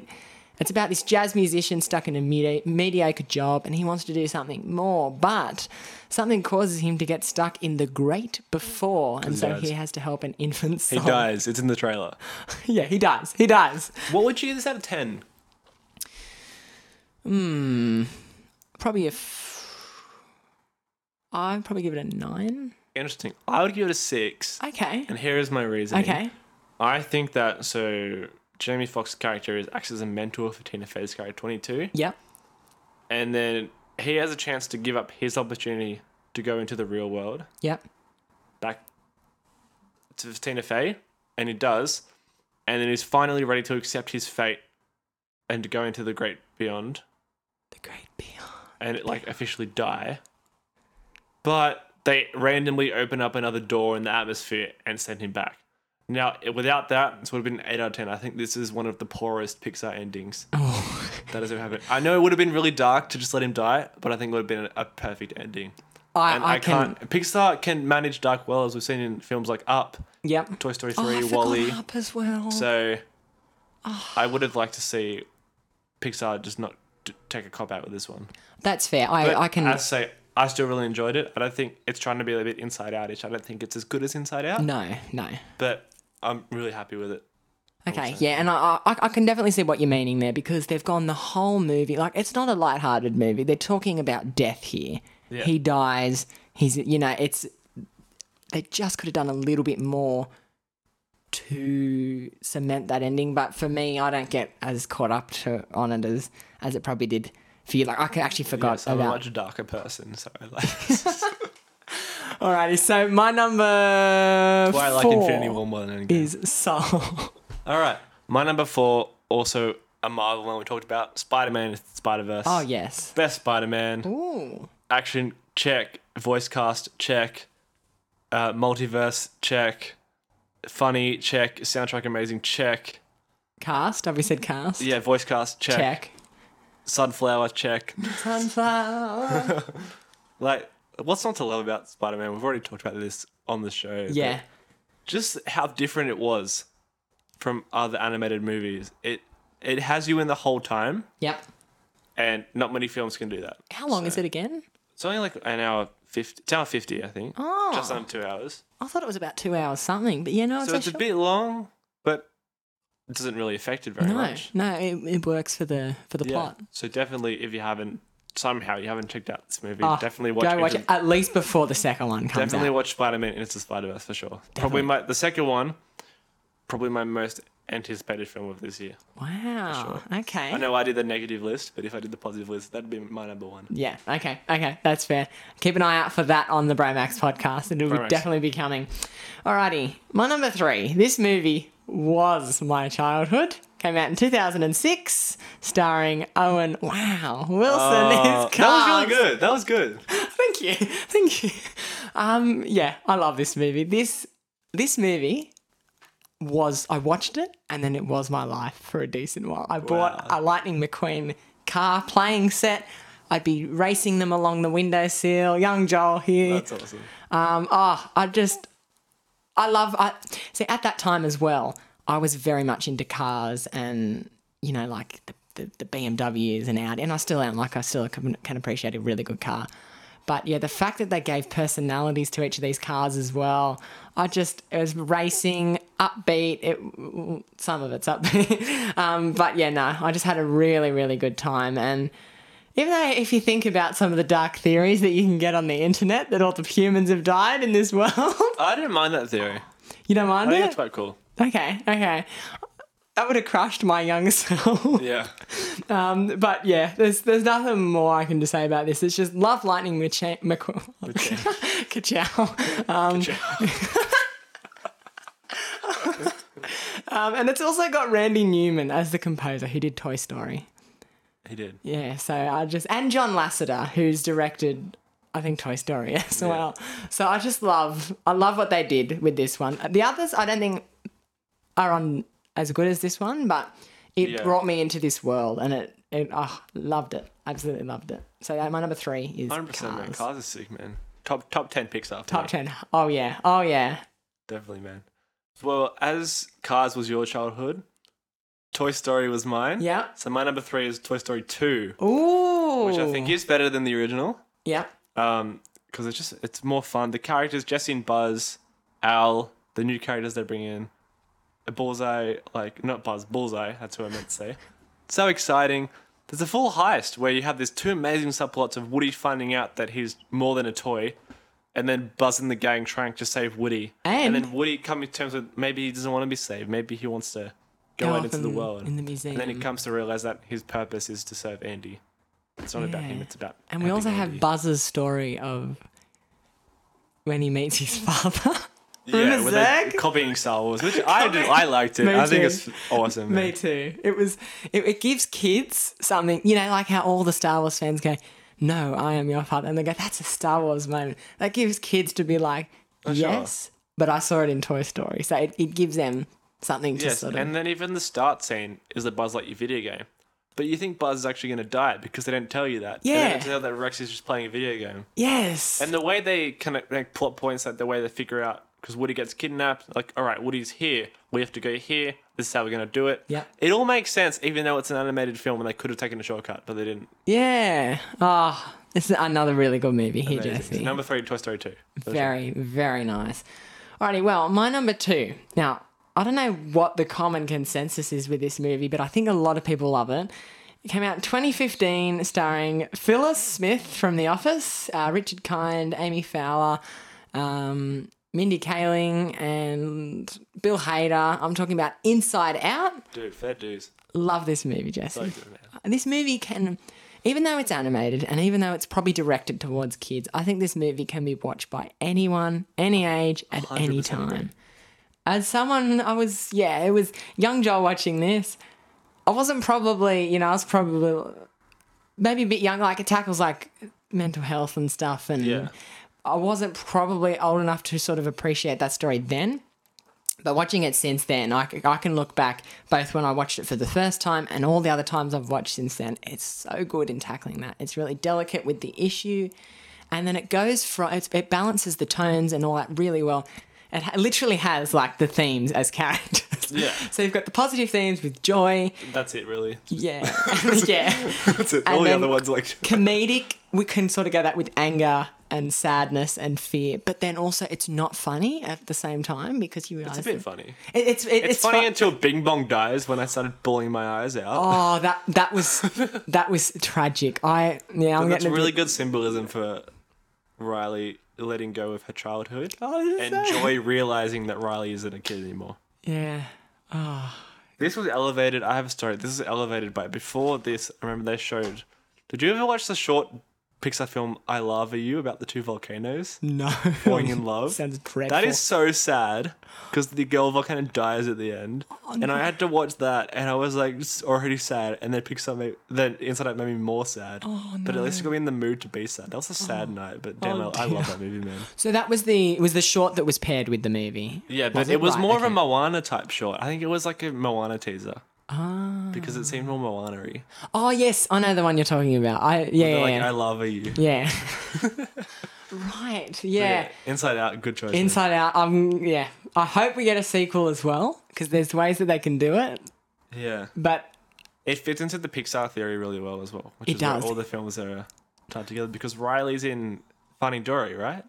Speaker 2: it's about this jazz musician stuck in a medi- mediocre job, and he wants to do something more, but something causes him to get stuck in the great before, and so
Speaker 1: dies.
Speaker 2: he has to help an infant
Speaker 1: He
Speaker 2: soul.
Speaker 1: dies. It's in the trailer.
Speaker 2: Yeah, he dies. He dies.
Speaker 1: What would you give this out of 10?
Speaker 2: Probably a. F- I'd probably give it a nine.
Speaker 1: Interesting. I would give it a 6.
Speaker 2: Okay.
Speaker 1: And here is my reason.
Speaker 2: Okay.
Speaker 1: I think that, so, Jamie Foxx's character is, acts as a mentor for Tina Fey's character, 22.
Speaker 2: Yep.
Speaker 1: And then he has a chance to give up his opportunity to go into the real world
Speaker 2: Yep.
Speaker 1: back to Tina Fey. And he does. And then he's finally ready to accept his fate and to go into the great beyond.
Speaker 2: The Great Beyond.
Speaker 1: and like officially die. But they randomly open up another door in the atmosphere and send him back. Now, i- without that, this would have been an 8 out of 10. I think this is one of the poorest Pixar endings
Speaker 2: Oh.
Speaker 1: that has ever happened. I know it would have been really dark to just let him die, but I think it would have been a perfect ending.
Speaker 2: I,
Speaker 1: And
Speaker 2: I,
Speaker 1: I,
Speaker 2: can.
Speaker 1: can't. Pixar can manage dark well, as we've seen in films like Up,
Speaker 2: Yep.
Speaker 1: Toy Story 3,
Speaker 2: Oh, I forgot
Speaker 1: Wally.
Speaker 2: up Ah. as well.
Speaker 1: So I would have liked to see Pixar just not d- take a cop out with this one.
Speaker 2: That's fair. I,
Speaker 1: But
Speaker 2: I can.
Speaker 1: I say I still really enjoyed it. I don't think it's trying to be a bit inside outish. I don't think it's as good as Inside Out,
Speaker 2: no, no.
Speaker 1: but I'm really happy with it.
Speaker 2: Okay, yeah, and I, I I can definitely see what you're meaning there because they've gone the whole movie like it's not a light-hearted movie. They're talking about death here.
Speaker 1: Yeah.
Speaker 2: He dies. He's you know it's they just could have done a little bit more to cement that ending. But for me, I don't get as caught up to on it as as it probably did for you. Like I actually forgot
Speaker 1: Yes, I'm a
Speaker 2: about
Speaker 1: much darker person, so I like
Speaker 2: Alrighty, so my number
Speaker 1: why I like
Speaker 2: four
Speaker 1: Infinity War more than anything.
Speaker 2: is Soul.
Speaker 1: All right, my number four also a Marvel one we talked about Spider Man Spider Verse.
Speaker 2: oh yes.
Speaker 1: best Spider Man
Speaker 2: Ooh.
Speaker 1: action check, voice cast check, uh, multiverse check, funny check, soundtrack amazing check,
Speaker 2: Cast. Have we said cast?
Speaker 1: yeah voice cast check,
Speaker 2: Check.
Speaker 1: sunflower check.
Speaker 2: Sunflower.
Speaker 1: Like, what's not to love about Spider Man? We've already talked about this on the show. but
Speaker 2: yeah.
Speaker 1: Just how different it was from other animated movies. It it has you in the whole time,
Speaker 2: Yep.
Speaker 1: and not many films can do that.
Speaker 2: How long is it again?
Speaker 1: It's only like an hour fifty. It's hour fifty, I think.
Speaker 2: Oh.
Speaker 1: Just under two hours.
Speaker 2: I thought it was about two hours something, but you know, it's,
Speaker 1: So it's
Speaker 2: a
Speaker 1: a bit long, but it doesn't really affect it very
Speaker 2: short- no,
Speaker 1: much.
Speaker 2: no, it, it works for the for the
Speaker 1: Yeah.
Speaker 2: plot.
Speaker 1: So definitely, if you haven't somehow you haven't checked out this movie,
Speaker 2: Oh,
Speaker 1: definitely
Speaker 2: go
Speaker 1: watch,
Speaker 2: watch
Speaker 1: Into-
Speaker 2: it at least before the second one comes
Speaker 1: Definitely
Speaker 2: out.
Speaker 1: watch Spider Man Into the Spider Verse for sure. Probably my the second one, probably my most anticipated film of this year.
Speaker 2: Wow. Okay.
Speaker 1: I know I did the negative list, but if I did the positive list, that'd be my number one.
Speaker 2: Yeah. Okay. Okay. That's fair. Keep an eye out for that on the Bromax podcast. It'll
Speaker 1: Bromax.
Speaker 2: definitely be coming. Alrighty. My number three. This movie was my childhood. Came out in 2006, starring Owen. Wow. Wilson
Speaker 1: Uh,
Speaker 2: is
Speaker 1: that was really good. That was good.
Speaker 2: Thank you. Thank you. Um, yeah, I love this movie. This this movie was I watched it and then it was my life for a decent while. I bought a Lightning McQueen car playing set. I'd be racing them along the windowsill. Young Joel here.
Speaker 1: That's awesome.
Speaker 2: Um, oh, I just, I love. I see at that time as well. I was very much into cars and you know like the the, the BMWs and Audi, and I still am. Like I still can, can appreciate a really good car. But yeah, the fact that they gave personalities to each of these cars as well, I just it was racing, upbeat. It some of it's upbeat, um, but yeah, no, I just had a really really good time and. Even though, if you think about some of the dark theories that you can get on the internet that all the humans have died in this world,
Speaker 1: I didn't mind that theory.
Speaker 2: you don't mind
Speaker 1: I think
Speaker 2: it?
Speaker 1: it's quite cool.
Speaker 2: Okay, okay. That would have crushed my young self.
Speaker 1: Yeah.
Speaker 2: Um, but yeah, there's there's nothing more I can just say about this. It's just love lightning McCha- McQu- Ka-chow. Um, um, and it's also got Randy Newman as the composer who did Toy Story.
Speaker 1: He did.
Speaker 2: Yeah, so I just and John Lasseter, who's directed I think Toy Story as well. So I just love I love what they did with this one. The others I don't think are on as good as this one, but it
Speaker 1: Yeah.
Speaker 2: brought me into this world and it, it oh, loved it. Absolutely loved it. So yeah, my number three is
Speaker 1: 100% man.
Speaker 2: Cars.
Speaker 1: Cars is sick, man. Top top 10 picks after
Speaker 2: Top ten. Oh yeah. Oh yeah.
Speaker 1: Definitely, man. Well, as Cars was your childhood, Toy Story was mine.
Speaker 2: Yeah.
Speaker 1: So my number three is Toy Story 2,
Speaker 2: Ooh.
Speaker 1: which I think is better than the original.
Speaker 2: Yeah.
Speaker 1: Um, because it's just it's more fun. The characters, Jesse and Buzz, Al, the new characters they bring in, Bullseye, like not Buzz, Bullseye. That's what I meant to say. so exciting. There's a full heist where you have these two amazing subplots of Woody finding out that he's more than a toy, and then Buzz and the gang trying to save Woody,
Speaker 2: And-
Speaker 1: then Woody coming to terms with maybe he doesn't want to be saved, maybe he wants to go
Speaker 2: Go
Speaker 1: out
Speaker 2: off
Speaker 1: into the
Speaker 2: in-
Speaker 1: world
Speaker 2: in the museum.
Speaker 1: and then he comes to realize that his purpose is to serve Andy. It's not about him;
Speaker 2: Yeah.
Speaker 1: it's about
Speaker 2: And we
Speaker 1: helping
Speaker 2: also
Speaker 1: Andy.
Speaker 2: have Buzz's story of when he meets his father.
Speaker 1: Yeah,
Speaker 2: Remember
Speaker 1: with
Speaker 2: Zack?
Speaker 1: the copying Star Wars, which I did, I liked it.
Speaker 2: Me
Speaker 1: I think
Speaker 2: too.
Speaker 1: it's awesome.
Speaker 2: Me
Speaker 1: man.
Speaker 2: too. It was. It, it gives kids something. You know, like how all the Star Wars fans go, "No, I am your father," and they go, "That's a Star Wars moment." That gives kids to be like,
Speaker 1: Oh, sure.
Speaker 2: "Yes," but I saw it in Toy Story, so it, it gives them something to
Speaker 1: Yes,
Speaker 2: sort of.
Speaker 1: and then even the start scene is the Buzz Lightyear video game, but you think Buzz is actually going to die because they don't tell you that. They
Speaker 2: Yeah.
Speaker 1: don't tell that Rex is just playing a video game.
Speaker 2: yes.
Speaker 1: And the way they connect like, plot points, like the way they figure out because Woody gets kidnapped, like, all right, Woody's here. We have to go here. This is how we're going to do it.
Speaker 2: Yeah.
Speaker 1: It all makes sense, even though it's an animated film and they could have taken a shortcut, but they didn't.
Speaker 2: yeah. Ah, it's another really good movie here,
Speaker 1: Amazing.
Speaker 2: Jesse.
Speaker 1: Number three, Toy Story 2.
Speaker 2: Very, very nice. Alrighty, well, my number two. Now, I don't know what the common consensus is with this movie, but I think a lot of people love it. It came out in 2015, starring Phyllis Smith from The Office, uh, Richard Kind, Amy Fowler, um, Mindy Kaling, and Bill Hader. I'm talking about Inside Out.
Speaker 1: Dude, fair dues.
Speaker 2: Love this movie, Jesse
Speaker 1: Like, man.
Speaker 2: this movie can even though it's animated and even though it's probably directed towards kids i think this movie can be watched by anyone any age at any
Speaker 1: 100% agree.
Speaker 2: time as someone i was yeah it was young joel watching this i wasn't probably you know i was probably maybe a bit young like it tackles like mental health and stuff and
Speaker 1: Yeah.
Speaker 2: i wasn't probably old enough to sort of appreciate that story then but watching it since then, I, c- I can look back both when I watched it for the first time and all the other times I've watched since then. It's so good in tackling that. It's really delicate with the issue. And then it goes from, it, it balances the tones and all that really well. It ha- literally has like the themes as characters.
Speaker 1: Yeah.
Speaker 2: So you've got the positive themes with joy.
Speaker 1: That's it, really.
Speaker 2: Yeah. yeah.
Speaker 1: That's it.
Speaker 2: And
Speaker 1: All the
Speaker 2: then-
Speaker 1: other ones, like,
Speaker 2: comedic we can sort of go that with anger and sadness and fear but then also it's not funny at the same time because you realize
Speaker 1: it's a bit funny.
Speaker 2: it, it's, it,
Speaker 1: It's, funny
Speaker 2: fu-
Speaker 1: until Bing Bong dies when I started bawling my eyes out.
Speaker 2: oh that that was that was tragic i yeah i'm
Speaker 1: That's
Speaker 2: getting a
Speaker 1: really
Speaker 2: bit,
Speaker 1: good symbolism for Riley letting go of her childhood
Speaker 2: Oh, this is
Speaker 1: and
Speaker 2: sad.
Speaker 1: Joy realizing that Riley isn't a kid anymore.
Speaker 2: yeah
Speaker 1: This was elevated. I have a story. This is elevated by before this. I remember they showed. Did you ever watch the short Pixar film I Lava You about the two volcanoes
Speaker 2: No.
Speaker 1: falling in love.
Speaker 2: Sounds dreadful.
Speaker 1: That is so sad because the girl volcano dies at the end,
Speaker 2: Oh,
Speaker 1: and I had to watch that, and I was like s- already sad, and then Pixar made then Inside Out made me more sad. But at least it got me in the mood to be sad. That was a sad night, but damn,
Speaker 2: Oh,
Speaker 1: I, I love
Speaker 2: dear.
Speaker 1: that movie, man.
Speaker 2: So that was the it was the short that was paired with the movie.
Speaker 1: Yeah, but
Speaker 2: Was
Speaker 1: it, was
Speaker 2: Right,
Speaker 1: more of a
Speaker 2: okay.
Speaker 1: Moana type short. I think it was like a Moana teaser.
Speaker 2: Ah.
Speaker 1: Because it seemed more Moana-y.
Speaker 2: Oh yes, I know the one you're talking about. I yeah
Speaker 1: They're
Speaker 2: yeah
Speaker 1: like,
Speaker 2: yeah.
Speaker 1: I love you.
Speaker 2: Yeah. right. Yeah.
Speaker 1: Inside Out, good choice. man.
Speaker 2: Inside Out. Um. Yeah. I hope we get a sequel as well because there's ways that they can do it,
Speaker 1: yeah.
Speaker 2: but
Speaker 1: It fits into the Pixar theory really well as well. Which
Speaker 2: It
Speaker 1: is where
Speaker 2: does.
Speaker 1: all the films are tied together because Riley's in Funny Dory, right?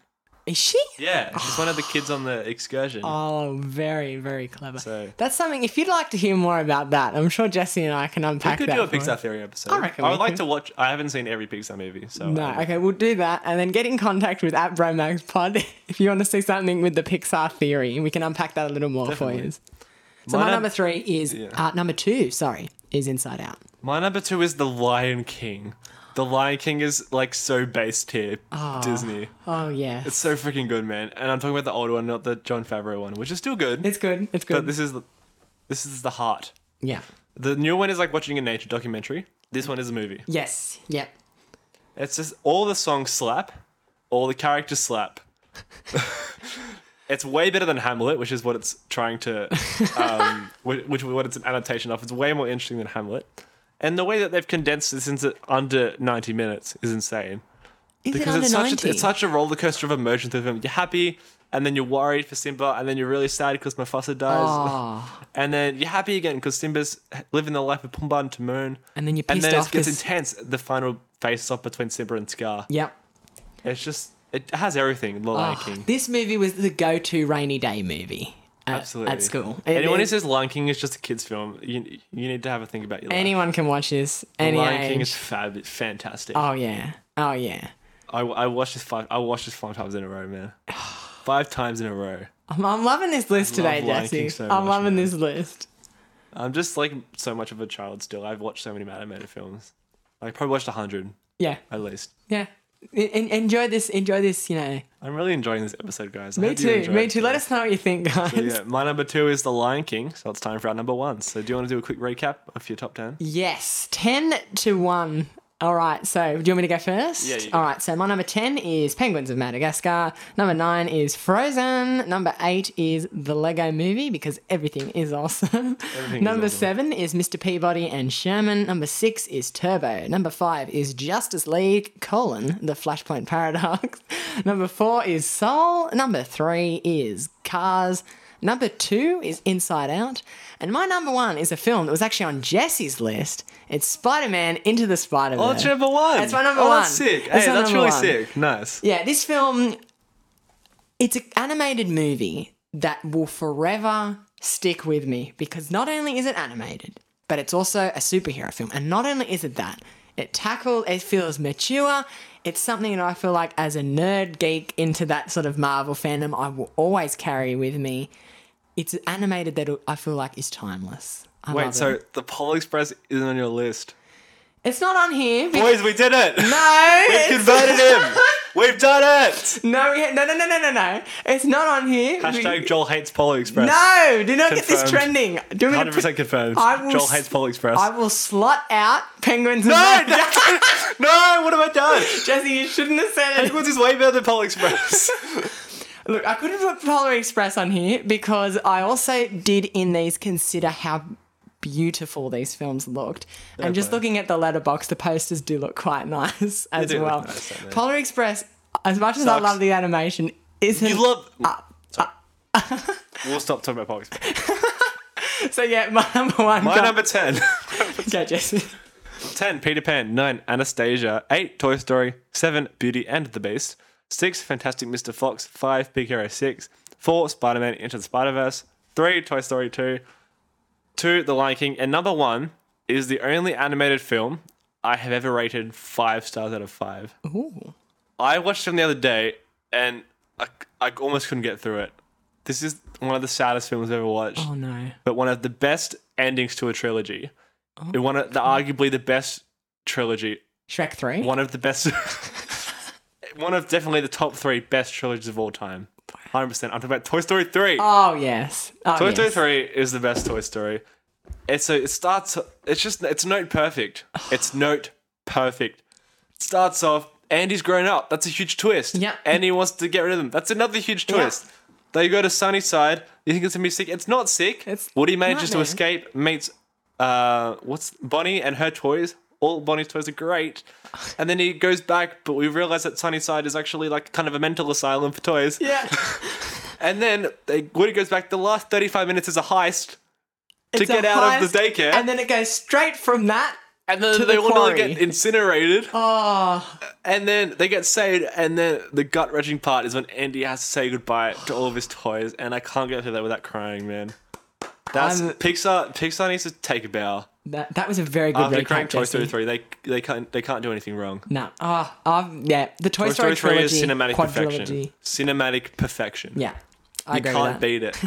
Speaker 2: is she?
Speaker 1: Yeah. She's one of the kids on the excursion.
Speaker 2: Oh, very very clever.
Speaker 1: So-
Speaker 2: That's something. If you'd like to hear more about that, I'm sure Jesse and I can
Speaker 1: we
Speaker 2: unpack
Speaker 1: could
Speaker 2: that.
Speaker 1: do a
Speaker 2: for you.
Speaker 1: Pixar theory episode.
Speaker 2: I reckon
Speaker 1: I
Speaker 2: we
Speaker 1: would like
Speaker 2: could.
Speaker 1: to watch I haven't seen every Pixar movie, so
Speaker 2: No,
Speaker 1: um,
Speaker 2: okay, we'll do that and then get in contact with at Bromax Pod if you want to see something with the Pixar theory. We can unpack that a little more for you.
Speaker 1: Definitely.
Speaker 2: So
Speaker 1: My
Speaker 2: my,
Speaker 1: num-
Speaker 2: number three is
Speaker 1: Yeah.
Speaker 2: uh, number two. Sorry, is Inside Out.
Speaker 1: My number two is The Lion King. The Lion King is like so based here, Disney.
Speaker 2: Oh yeah,
Speaker 1: It's
Speaker 2: it's,
Speaker 1: so freaking good, man. And I'm talking about the old one, not the John Favreau one, which is still good.
Speaker 2: good. It's good.
Speaker 1: but this is the, this is the heart.
Speaker 2: yeah.
Speaker 1: The new one is like watching a nature documentary. This
Speaker 2: Mm.
Speaker 1: one is a movie.
Speaker 2: Yes. Yep.
Speaker 1: It's just all the songs slap, all the characters slap. it's way better than Hamlet, which is what it's trying to, um, which, which what it's an adaptation of. It's way more interesting than Hamlet, and the way that they've condensed this into under ninety minutes is insane.
Speaker 2: Is
Speaker 1: because
Speaker 2: it
Speaker 1: it's
Speaker 2: under
Speaker 1: such
Speaker 2: ninety?
Speaker 1: A, it's such a roller coaster of emotions with him. You're happy, and then you're worried for Simba, and then you're really sad because Mufasa dies,
Speaker 2: Oh.
Speaker 1: and then you're happy again because Simba's living the life of Pumbaa and Timon,
Speaker 2: And then you're
Speaker 1: and
Speaker 2: pissed
Speaker 1: then
Speaker 2: off
Speaker 1: it gets
Speaker 2: 'cause-
Speaker 1: intense. The final face off between Simba and Scar.
Speaker 2: Yep.
Speaker 1: It's just it has everything. The Lion
Speaker 2: Oh,
Speaker 1: King.
Speaker 2: this movie was the go-to rainy day movie. At,
Speaker 1: Absolutely.
Speaker 2: At school. It-
Speaker 1: Anyone
Speaker 2: it-
Speaker 1: who says Lion King is just a kids' film, you you need to have a think about your life.
Speaker 2: anyone can watch this. Any
Speaker 1: Lion King
Speaker 2: age.
Speaker 1: is fab, fantastic.
Speaker 2: oh yeah. Oh yeah.
Speaker 1: I, I watched this five. I watched this five times in a row, man. five times in a row.
Speaker 2: I'm, I'm loving this list today,
Speaker 1: love Lion
Speaker 2: Jesse.
Speaker 1: King so
Speaker 2: I'm
Speaker 1: much,
Speaker 2: loving
Speaker 1: man.
Speaker 2: this list.
Speaker 1: I'm just like so much of a child still. I've watched so many animated films. I probably watched a hundred
Speaker 2: Yeah.
Speaker 1: at least.
Speaker 2: Yeah. En- en- enjoy this. Enjoy this. You know.
Speaker 1: I'm really enjoying this episode, guys. I
Speaker 2: Me
Speaker 1: hope you
Speaker 2: too.
Speaker 1: enjoy
Speaker 2: Me
Speaker 1: it
Speaker 2: too. Let us know what you think, guys.
Speaker 1: Yeah, my number two is The Lion King, so it's time for our number one. So, do you want to do a quick recap of your top ten?
Speaker 2: Yes. Ten to one. All right. So, do you want me to go first?
Speaker 1: Yeah, you
Speaker 2: All right. So, my number ten is Penguins of Madagascar. Number nine is Frozen. Number eight is the Lego Movie because everything is awesome.
Speaker 1: Everything is
Speaker 2: number
Speaker 1: awesome.
Speaker 2: seven is Mr. Peabody and Sherman. Number six is Turbo. Number five is Justice League: colon the Flashpoint Paradox. number four is Soul. Number three is Cars. Number two is Inside Out. And my number one is a film that was actually on Jesse's list. It's Spider Man Into the Spider Man.
Speaker 1: Oh, that's your number one.
Speaker 2: That's my number
Speaker 1: oh,
Speaker 2: one.
Speaker 1: That's sick.
Speaker 2: That's
Speaker 1: hey,
Speaker 2: my
Speaker 1: that's
Speaker 2: number
Speaker 1: really
Speaker 2: one.
Speaker 1: sick. Nice.
Speaker 2: Yeah, this film, it's an animated movie that will forever stick with me because not only is it animated, but it's also a superhero film. And not only is it that, it tackles, it feels mature. It's something that I feel like as a nerd geek into that sort of Marvel fandom, I will always carry with me. It's animated that I feel like is timeless. I love
Speaker 1: Wait,
Speaker 2: it.
Speaker 1: so the Polar Express isn't on your list.
Speaker 2: it's not on here. Because,
Speaker 1: Boys, we did it!
Speaker 2: no,
Speaker 1: We've
Speaker 2: it's-
Speaker 1: converted him! We've done it!
Speaker 2: no, we ha- no, no, no, no, no, no. It's not on here. We-
Speaker 1: Hashtag Joel hates Polar Express.
Speaker 2: No, do not get this
Speaker 1: Confirmed.
Speaker 2: trending. Do you want me to
Speaker 1: 100%
Speaker 2: put-
Speaker 1: confirmed.
Speaker 2: I will
Speaker 1: Joel
Speaker 2: s-
Speaker 1: hates Polar Express.
Speaker 2: I will slot out penguins. and
Speaker 1: no!
Speaker 2: Mad-
Speaker 1: no! What have I done?
Speaker 2: Jesse, you shouldn't have said it.
Speaker 1: Penguins is way better than Polar Express.
Speaker 2: Look, I couldn't put Polar Express on here because I also did in these consider how beautiful these films looked, and just
Speaker 1: play.
Speaker 2: looking at the letterbox, the posters do look quite nice as
Speaker 1: do look
Speaker 2: well.
Speaker 1: nice, don't they?
Speaker 2: Polar Express, as much as I
Speaker 1: Sucks.
Speaker 2: love the animation, isn't
Speaker 1: you love. Sorry. we'll stop talking about Polar Express.
Speaker 2: so. Yeah, my number one.
Speaker 1: My
Speaker 2: go-
Speaker 1: number 10.
Speaker 2: go, Jesse.
Speaker 1: 10 Peter Pan, 9 Anastasia, 8 Toy Story, 7 Beauty and the Beast, 6 Fantastic Mr. Fox, 5 Big Hero 6, 4 Spider Man Into the Spider Verse, 3 Toy Story 2, 2 The Lion King, and number 1 is the only animated film I have ever rated 5 stars out of 5.
Speaker 2: Ooh.
Speaker 1: I watched them the other day and I, I almost couldn't get through it. This is one of the saddest films I've ever watched
Speaker 2: Oh no.
Speaker 1: but one of the best endings to a trilogy. one of the arguably the best trilogy.
Speaker 2: Shrek three.
Speaker 1: One of the best. one of definitely the top three best trilogies of all time. 100%. I'm talking about Toy Story 3.
Speaker 2: Oh yes. Oh,
Speaker 1: Toy Story
Speaker 2: yes.
Speaker 1: 3 is the best Toy Story. And so it starts, it's just, it's note perfect. It's note perfect. starts off, Andy's grown up. That's a huge twist.
Speaker 2: Yeah.
Speaker 1: Andy wants to get rid of them. That's another huge twist. They go to Sunnyside. You think it's going to be sick. It's not sick.
Speaker 2: It's
Speaker 1: Woody manages to
Speaker 2: not, man.
Speaker 1: escape, meets, uh, what's Bonnie and her toys. All Bonnie's toys are great. And then he goes back, but we realize that Sunnyside is actually like kind of a mental asylum for toys.
Speaker 2: Yeah.
Speaker 1: And then they, Woody goes back. The last 35 minutes is a heist to
Speaker 2: It's a
Speaker 1: get out of the
Speaker 2: heist,
Speaker 1: daycare.
Speaker 2: And then it goes straight from that.
Speaker 1: And then
Speaker 2: to
Speaker 1: they
Speaker 2: the
Speaker 1: all
Speaker 2: quarry.
Speaker 1: get incinerated.
Speaker 2: Oh,
Speaker 1: And then they get saved. And then the gut wrenching part is when Andy has to say goodbye to all of his toys. And I can't get through that without crying, man. That's
Speaker 2: I'm-
Speaker 1: Pixar. Pixar needs to take a bow.
Speaker 2: that, that was a very good
Speaker 1: After
Speaker 2: recap,
Speaker 1: crying Toy Story
Speaker 2: Jesse.
Speaker 1: three, they they can't they can't do anything wrong.
Speaker 2: No. Oh, um, yeah. The Toy,
Speaker 1: Toy Story three
Speaker 2: trilogy,
Speaker 1: is cinematic
Speaker 2: quadrilogy.
Speaker 1: perfection. Cinematic perfection.
Speaker 2: Yeah. I
Speaker 1: you
Speaker 2: agree
Speaker 1: can't
Speaker 2: with that.
Speaker 1: beat it.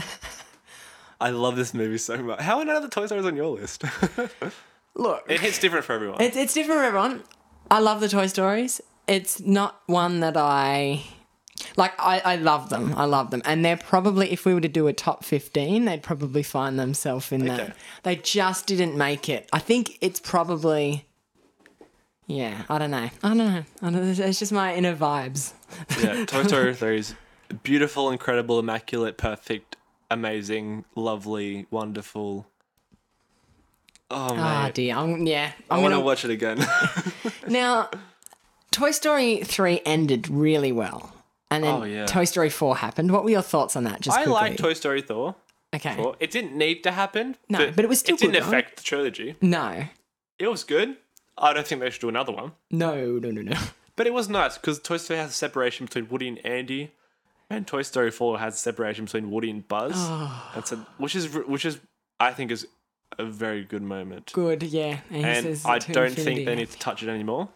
Speaker 1: I love this movie so much. How are none of the Toy Stories on your list?
Speaker 2: Look,
Speaker 1: it hits different for everyone.
Speaker 2: it's, it's different for everyone. I love the Toy Stories. It's not one that I like. I, I love them. I love them, and they're probably if we were to do a top fifteen, they'd probably find themselves in
Speaker 1: Okay.
Speaker 2: that. They just didn't make it. I think it's probably. Yeah, I don't know. I don't know. I don't know. It's just my inner vibes.
Speaker 1: Yeah, Toy Story 3 is beautiful, incredible, immaculate, perfect, amazing, lovely, wonderful. Oh,
Speaker 2: Ah,
Speaker 1: man.
Speaker 2: dear. I'm, yeah, I'm
Speaker 1: I want to
Speaker 2: gonna
Speaker 1: watch it again.
Speaker 2: Now, Toy Story 3 ended really well. And then
Speaker 1: Oh, yeah.
Speaker 2: Toy Story 4 happened. What were your thoughts on that? Just
Speaker 1: I
Speaker 2: quickly?
Speaker 1: like Toy Story Thor.
Speaker 2: Okay.
Speaker 1: Thor. It didn't need to happen.
Speaker 2: No, but it was still
Speaker 1: It didn't
Speaker 2: good, right?
Speaker 1: affect the trilogy.
Speaker 2: No.
Speaker 1: It was good. I don't think they should do another one.
Speaker 2: No, no, no, no.
Speaker 1: But it was nice because Toy Story has a separation between Woody and Andy, and Toy Story Four has a separation between Woody and Buzz.
Speaker 2: Ah.
Speaker 1: That's a, which is which is I think is a very good moment.
Speaker 2: Good, yeah. And, he
Speaker 1: and
Speaker 2: says
Speaker 1: I
Speaker 2: to
Speaker 1: don't
Speaker 2: infinity.
Speaker 1: think they need to touch it anymore.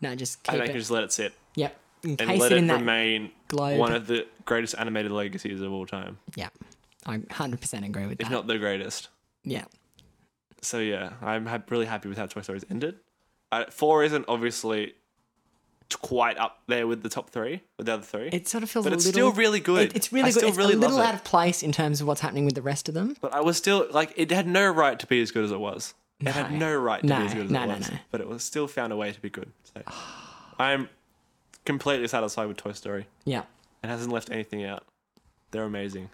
Speaker 2: No, just
Speaker 1: I
Speaker 2: keep
Speaker 1: think
Speaker 2: it.
Speaker 1: you just let it sit
Speaker 2: Yep.
Speaker 1: and
Speaker 2: Encase
Speaker 1: let
Speaker 2: it
Speaker 1: it
Speaker 2: in that.
Speaker 1: remain
Speaker 2: globe.
Speaker 1: one of the greatest animated legacies of all time,
Speaker 2: Yep. I 100% agree with
Speaker 1: if
Speaker 2: that.
Speaker 1: not the greatest.
Speaker 2: yeah.
Speaker 1: So yeah, I'm ha- really happy with how Toy Story's ended. Uh, four isn't obviously t- quite up there with the top three, with the other three.
Speaker 2: It sort of feels
Speaker 1: But
Speaker 2: a
Speaker 1: it's
Speaker 2: little.
Speaker 1: still really good.
Speaker 2: it- it's
Speaker 1: I
Speaker 2: really good.
Speaker 1: still
Speaker 2: it's
Speaker 1: really
Speaker 2: a
Speaker 1: love
Speaker 2: little
Speaker 1: it.
Speaker 2: out of place in terms of what's happening with the rest of them.
Speaker 1: but I was still like, it had no right to be as good as it was. It had
Speaker 2: No.
Speaker 1: no right to
Speaker 2: No,
Speaker 1: be as good as
Speaker 2: no,
Speaker 1: it
Speaker 2: no,
Speaker 1: was.
Speaker 2: no.
Speaker 1: But it was still found a way to be good. So I'm completely satisfied with Toy Story.
Speaker 2: Yeah.
Speaker 1: and hasn't left anything out. They're amazing.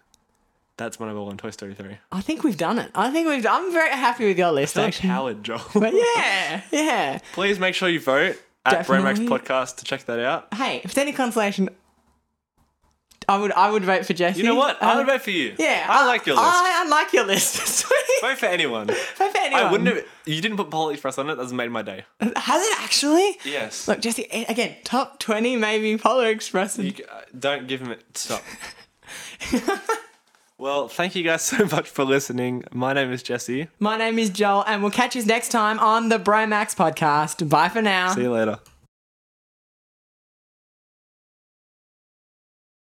Speaker 1: That's my number one Toy Story 3.
Speaker 2: I think we've done it. I think we've. I'm very happy with your list,
Speaker 1: They're
Speaker 2: actually.
Speaker 1: empowered, Joel.
Speaker 2: But yeah, yeah.
Speaker 1: Please make sure you vote at Brainmax
Speaker 2: Definitely.
Speaker 1: Podcast to check that out.
Speaker 2: Hey, if it's any consolation, I would I would vote for Jesse. Um,
Speaker 1: You know what? I would vote for you.
Speaker 2: Yeah,
Speaker 1: I like your list.
Speaker 2: I, I like your list. Sweet.
Speaker 1: vote for anyone.
Speaker 2: Vote for anyone.
Speaker 1: I wouldn't have. You didn't put Polly Express on it. That's made my day.
Speaker 2: Has it actually?
Speaker 1: Yes.
Speaker 2: Look, Jesse. a- Again, top twenty, maybe Polar Express.
Speaker 1: You
Speaker 2: And-
Speaker 1: g- uh, don't give him it. Stop. well, thank you guys so much for listening. My name is Jesse.
Speaker 2: My name is Joel, and we'll catch you next time on the Bromax podcast. Bye for now.
Speaker 1: See you later.